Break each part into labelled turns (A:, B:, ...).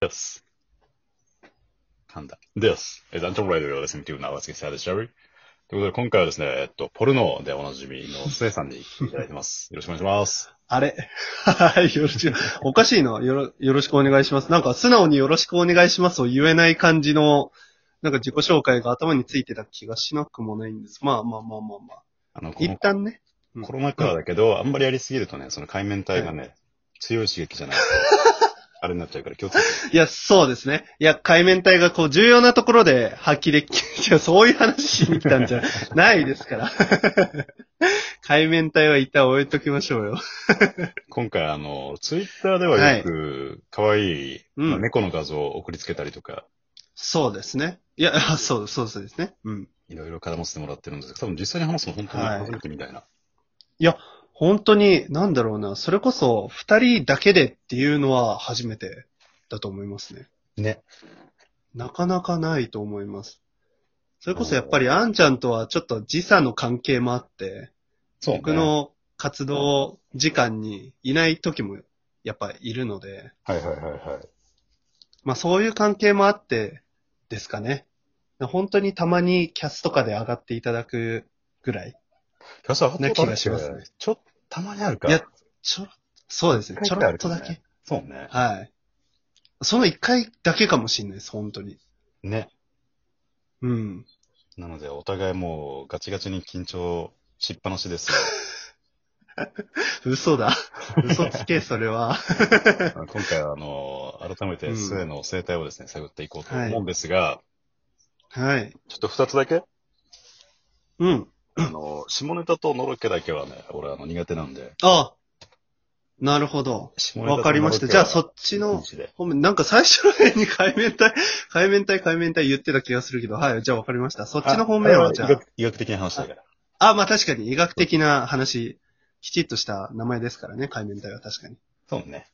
A: Yes.
B: Panda.
A: This is Anton Radio You're listening to Now Let's Get Started, shall we? ということで、今回はですね、えっと、ポルノでおなじみのスエさんに来ていただいてます。よろしくお願いします。
B: あれ はい、よろしく。おかしいな。よろ、よろしくお願いします。なんか、素直によろしくお願いしますを言えない感じの、なんか自己紹介が頭についてた気がしなくもないんです。まあまあまあまあまあ。
A: あの、こ
B: 一
A: の
B: 旦ね。うん
A: コロナ禍だけど、あんまりやりすぎるとね、その海面体がね、強い刺激じゃないと、あれになっちゃうから気をつけて。
B: いや、そうですね。いや、海面体がこう、重要なところで発揮でき、 いや、そういう話しに来たんじゃ ないですから。 海面体は一旦置いときましょうよ。
A: 今回、あの、ツイッターではよく、可愛い、
B: うん
A: まあ猫の画像を送りつけたりとか、
B: そうですね。いや、あそう、そうそうですね。うん。
A: いろいろ絡ませてもらってるんですけど、多分実際に話すの本当に初めてみたいな。
B: 本当に、なんだろうな、それこそ、二人だけでっていうのは初めてだと思いますね。
A: ね。
B: なかなかないと思います。それこそやっぱり、あんちゃんとはちょっと時差の関係もあって、
A: そう、ね。
B: 僕、の活動時間にいない時もやっぱいるので、
A: はいはいはいはい。
B: まあそういう関係もあってですかね。本当にたまにキャスとかで上がっていただくぐらい。
A: キャス上がったことある
B: な気がしますね
A: ちょっと、たまにあるか。
B: いやちょろ、そうですね、
A: 一
B: ちょ
A: 回くらい
B: ろ
A: あ
B: っ
A: る
B: と
A: かもねそ
B: だけ。
A: うね。
B: はい。その一回だけかもしれないです、本当に。
A: ね。
B: うん。
A: なので、お互いもう、ガチガチに緊張しっぱなしですよ。
B: 嘘だ。嘘つけ、それは。
A: 今回は、あの、改めて、スエの生態をですね、探っていこうと思うんですが、
B: はい。
A: ちょっと二つだけ、
B: うん。
A: あの、下ネタとのろけだけはね、俺、あの、苦手なんで。
B: あなるほど。
A: 下ネタと
B: わかりました。じゃあ、そっち
A: のろ
B: の、
A: けは
B: ほんなんか最初の辺に海面 体、海面体、海面体言ってた気がするけど、はい。じゃあわかりました。そっちの方面は、じゃ
A: あ医
B: あ。
A: 学医学的な話だから。
B: あ、まあ確かに医学的な話、きちっとした名前ですからね、海面体は確かに。
A: そうね。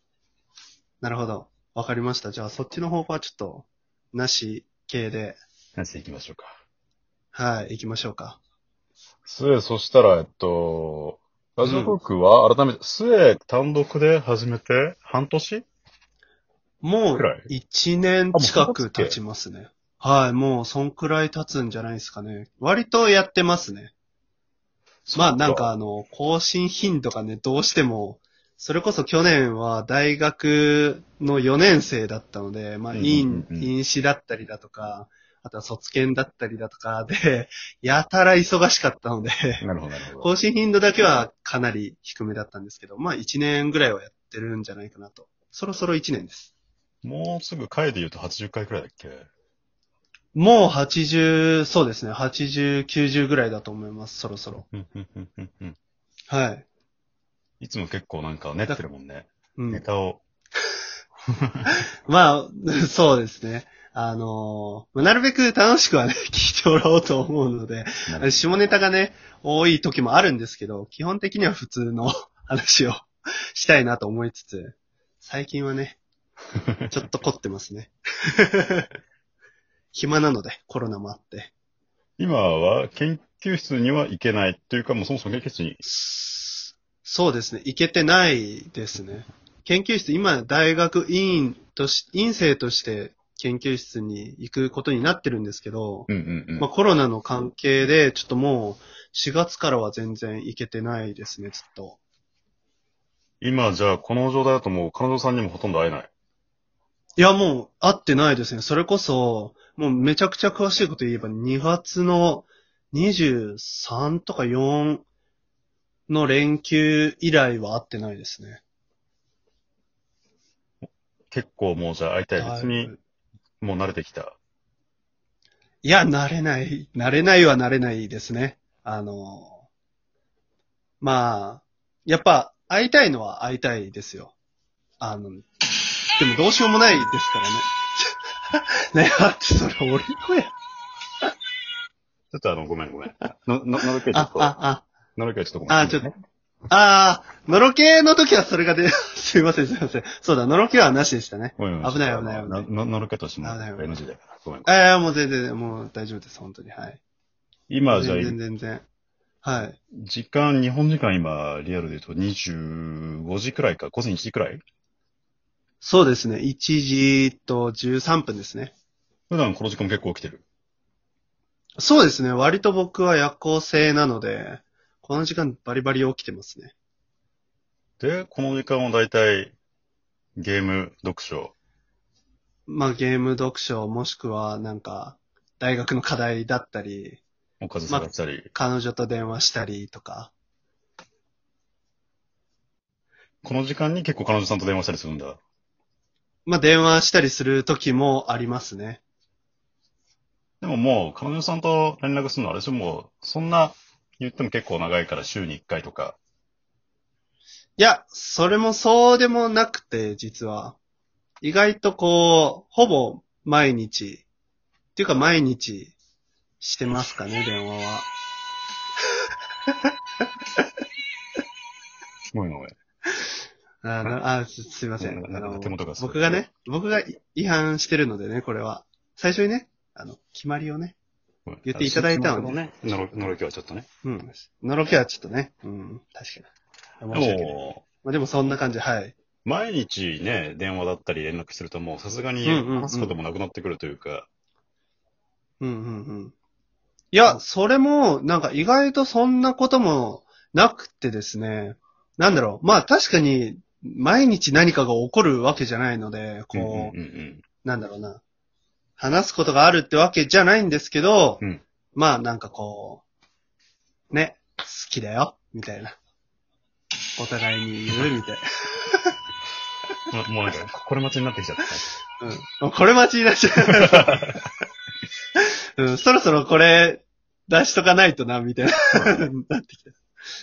B: なるほど。わかりました。じゃあ、そっちの方向はちょっと、なし系で、
A: 話していきましょうか。
B: はい、行きましょうか。
A: スエ、そしたら、えっと、ラジオトークは、改めて、スエ単独で始めて、半年
B: もう
A: くらい、
B: 一年近く経ちますね。はい、もう、そんくらい経つんじゃないですかね。割とやってますね。まあ、なんか、あの、更新頻度がね、どうしても、それこそ去年は大学の4年生だったので、まあ、
A: うんうん
B: 院、
A: うん
B: 院試だったりだとか、あとは卒検だったりだとかで、 やたら忙しかったので、
A: なるほど、なるほど。
B: 更新頻度だけはかなり低めだったんですけど、まあ、1年ぐらいはやってるんじゃないかなと。そろそろ1年です。
A: もうすぐ回で言うと80回くらいだっけ
B: もう80、そうですね、80、90ぐらいだと思います、そろそろ。
A: うんうんうんうんうん
B: はい。
A: いつも結構なんか練ってるもんね。
B: うん
A: ネタを。
B: まあ、 そうですね。あのーなるべく楽しくはね、 聞いてもらおうと思うので、下ネタがね、多い時もあるんですけど、基本的には普通の 話をしたいなと思いつつ、最近はね、ちょっと凝ってますね。 暇なので、コロナもあって。
A: 今は研究室には行けないっていうか、もうそもそも研究室に。
B: そうですね。行けてないですね。研究室、今、大学院とし、院生として研究室に行くことになってるんですけど、
A: うんうんうん。
B: まあ、コロナの関係で、ちょっともう、4月からは全然行けてないですね、ずっと。
A: 今じゃあこの状態だともう彼女さんにもほとんど会えない。
B: いや、もう、会ってないですね。それこそ、もうめちゃくちゃ詳しいこと言えば、2月の23とか4の連休以来は会ってないですね。
A: 結構もうじゃあ会いたい。別
B: だい
A: に
B: ぶ
A: もう慣れてきた。
B: いや、慣れない。慣れないは慣れないですね。あの、まあ、やっぱ、会いたいのは会いたいですよ。あの、でもどうしようもないですからね。 ね、あって、それ俺の声。
A: ちょっとあの、ごめんごめん。の、の、のろけちょ
B: あ
A: っ、と、
B: あ、
A: のろけちょっとごめん。
B: あ、あ、ちょっと。ああ、のろけの時はそれが出、 すいません、すいません。そうだ、のろけはなしでしたね。
A: ごめんごめん。
B: 危ない危ない危ない
A: の、のろけとしても
B: 危ない危ない
A: NG だから。ごめん。
B: ええもう全然、もう大丈夫です、本当に。はい。
A: 今じゃあ
B: 全然、全然。はい。
A: 時間、日本時間今、リアルで言うと25時くらいか、午前1時くらい
B: そうですね。1時と13分ですね。
A: 普段この時間も結構起きてる。
B: そうですね。割と僕は夜行性なので、この時間バリバリ起きてますね。
A: で、この時間は大体、ゲーム、読書。
B: まあゲーム読書もしくはなんか、大学の課題だったり、
A: おかず探したり、
B: 彼女と電話したりとか。
A: この時間に結構彼女さんと電話したりするんだ。
B: まあ電話したりする時もありますね。
A: でももう、彼女さんと連絡するのはあれでしょもう、そんな、言っても結構長いから週に1回とか。
B: いや、それもそうでもなくて、実は。意外とこう、ほぼ毎日、っていうか毎日してますかね、電話は。
A: すごいの、俺。
B: あなあすすいません。
A: うんな
B: あ
A: んか
B: の
A: 手元がすごい
B: 僕がね、僕が違反してるのでね、これは。最初にね、あの、決まりをね。言っていただいたの
A: ね。のろ、のろきはちょっとね。
B: うん。のろけはちょっとね。うん、確かに。申し訳ない。
A: も
B: まあ、でもそんな感じ、はい。
A: う、毎日ね、電話だったり連絡するともう、さすがに
B: うんうんうん
A: 話すこともなくなってくるというか、
B: うんうんうん。いや、それも、なんか意外とそんなこともなくてですね。なんだろう。まあ確かに、毎日何かが起こるわけじゃないので、こう、
A: うんうん
B: なんだろうな。話すことがあるってわけじゃないんですけど、
A: うん
B: まあなんかこう、ね、好きだよ、みたいな。お互いに言う、みたいな。
A: うん。 もうなんか、これ待ちになってきちゃった。
B: うん。これ待ちになっ ちゃう。うん、そろそろこれ出しとかないとな、みたいな。なってきた。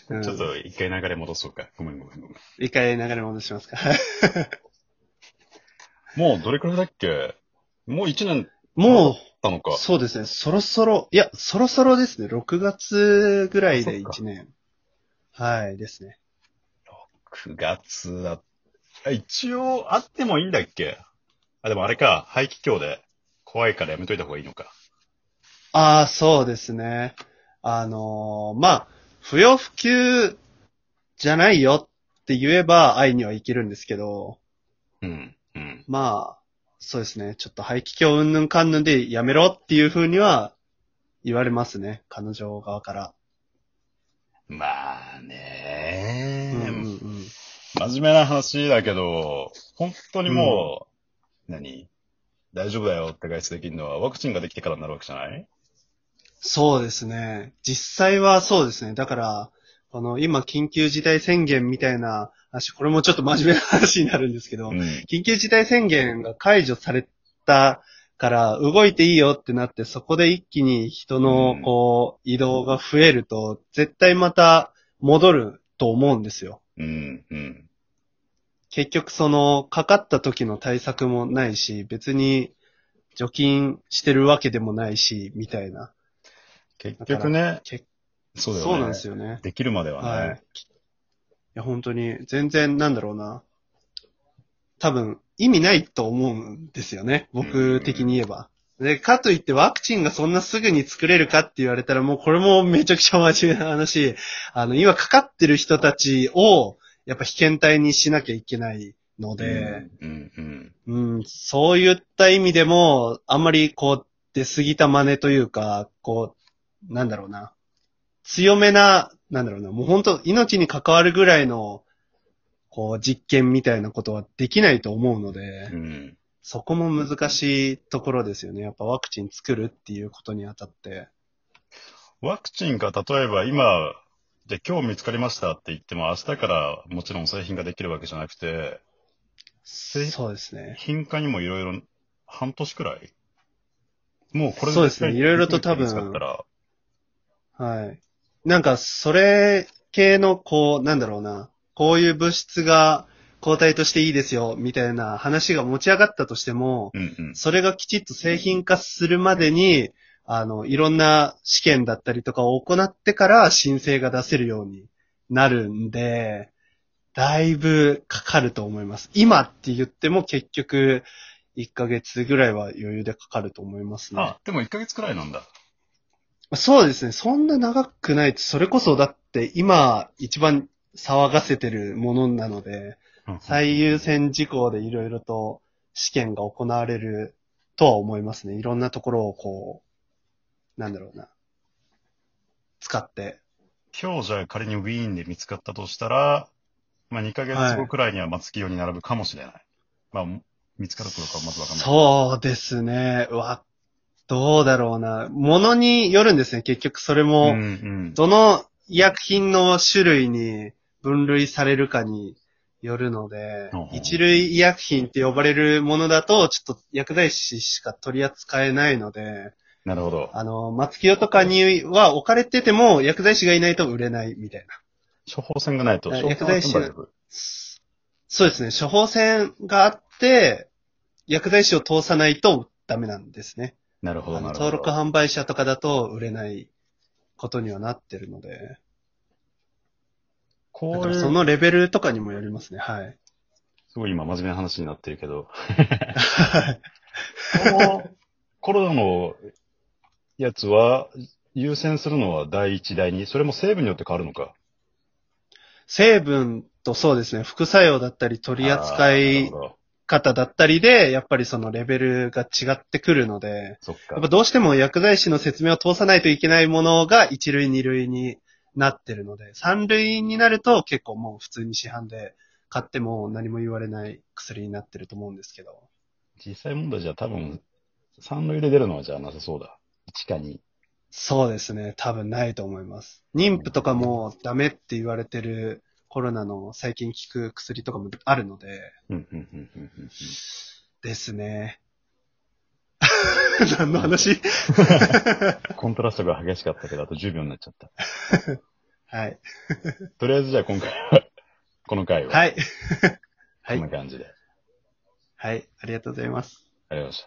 B: うん
A: ちょっと一回流れ戻そうか。ごめんごめんごめん。
B: 一回流れ戻しますか。はい
A: もうどれくらいだっけもう1年
B: も
A: たのか
B: う、。そうですね、そろそろ、いや、そろそろですね、6月ぐらいで
A: あそっか
B: 1年。はい、ですね。
A: 9月だ。あ一応あってもいいんだっけあ、でもあれか、排気胸で怖いからやめといた方がいいのか。
B: ああ、そうですね。あのーまあ、不要不急じゃないよって言えば愛にはいけるんですけど、
A: うん。うん。
B: まあ、そうですね。ちょっと排気胸うんぬんかんぬんでやめろっていう風には言われますね。彼女側から。
A: まあ
B: う
A: ね
B: んうんうん。
A: 真面目な話だけど、本当にもう、何大丈夫だよって外出できるのはワクチンができてからになるわけじゃない
B: そうですね。実際はそうですね。だから、この今緊急事態宣言みたいな話、これもちょっと真面目な話になるんですけど、
A: ん。
B: 緊急事態宣言が解除されたから動いていいよってなって、そこで一気に人の
A: うん
B: こう移動が増えると、絶対また戻ると思うんですよ。
A: うん。うん。
B: 結局その、かかった時の対策もないし、別に除菌してるわけでもないし、みたいな。
A: 結局ね、
B: 結
A: そうだよね。
B: なんですよね。
A: できるまでは
B: はい。い
A: ね。
B: や、本当に、全然なんだろうな。多分、意味ないと思うんですよね。僕的に言えば。で、かといってワクチンがそんなすぐに作れるかって言われたら、もうこれもめちゃくちゃ真面目な話。あの、今かかってる人たちを、やっぱ被験体にしなきゃいけないので、
A: うん。うん。
B: うん、そういった意味でも、あんまりこう、出過ぎた真似というか、こう、なんだろうな。強めな、なんだろうな、もう本当命に関わるぐらいの、こう、実験みたいなことはできないと思うので
A: う、ん。
B: そこも難しいところですよね。やっぱワクチン作るっていうことにあたって。
A: ワクチンが例えば今、で、今日見つかりましたって言っても、明日からもちろん製品ができるわけじゃなくて、せ
B: そうですね。
A: 品化にもいろいろ半年くらいもうこれ
B: そうですね色々と多分
A: 使ったら、
B: はい。なんか、それ系の、こう、なんだろうな、こういう物質が抗体としていいですよ、みたいな話が持ち上がったとしても、
A: うんうん。
B: それがきちっと製品化するまでに、あの、いろんな試験だったりとかを行ってから申請が出せるようになるんで、だいぶかかると思います。今って言っても結局、1ヶ月ぐらいは余裕でかかると思いますね。
A: あ、でも1ヶ月くらいなんだ。
B: そうですね。そんな長くない。それこそだって今一番騒がせてるものなので、
A: うん
B: 最優先事項でいろいろと試験が行われるとは思いますね。いろんなところをこう、なんだろうな。使って。
A: 今日じゃあ仮にウィーンで見つかったとしたら、まあ2ヶ月後くらいには松清に並ぶかもしれない。まあ、見つかるかどうかはまずわかんない。
B: そうですね。うわ、どうだろうな。ものによるんですね。結局それも、
A: うんうん。
B: どの医薬品の種類に分類されるかによるので
A: ほう、ほう
B: 一類医薬品って呼ばれるものだと、ちょっと薬剤師しか取り扱えないので、
A: なるほど。
B: あの、松清とかには置かれてても、薬剤師がいないと売れないみたいな。
A: 処方箋がないと、
B: あ
A: 処方箋
B: 薬剤師
A: が大丈夫
B: そうですね、処方箋があって、薬剤師を通さないとダメなんですね。
A: なるほ
B: あ
A: ど、
B: の
A: なる
B: 登
A: ほ
B: 録
A: ど。
B: 販売者とかだと売れないことにはなってるので、だ
A: こ
B: か
A: うい
B: ら
A: う、
B: そのレベルとかにもよりますね、はい。
A: すごい今真面目な話になってるけ ど、
B: はい
A: このコロナのやつは、優先するのは第一、第二、それも成分によって変わるのか。
B: 成分とそうですね、副作用だったり取り扱
A: あーなる
B: い
A: ほど
B: 方だったりで、やっぱりそのレベルが違ってくるので、
A: そっ
B: や
A: か
B: っぱ。どうしても薬剤師の説明を通さないといけないものが一類二類になってるので、三類になると結構もう普通に市販で買っても何も言われない薬になってると思うんですけど。
A: 実際問題じゃ多分、三類で出るのはじゃあなさそうだ。一か二。
B: そうですね。多分ないと思います。妊婦とかもダメって言われてるコロナの最近効く薬とかもあるので、
A: うんうんうんうんうんうん
B: ですね。 何の話
A: コントラストが激しかったけど、あと10秒になっちゃった。
B: はい。
A: とりあえずじゃあ今回は、この 回は、
B: はい。は。
A: こんない感じで。
B: はい。ありがとうございます。
A: ありがとうございました。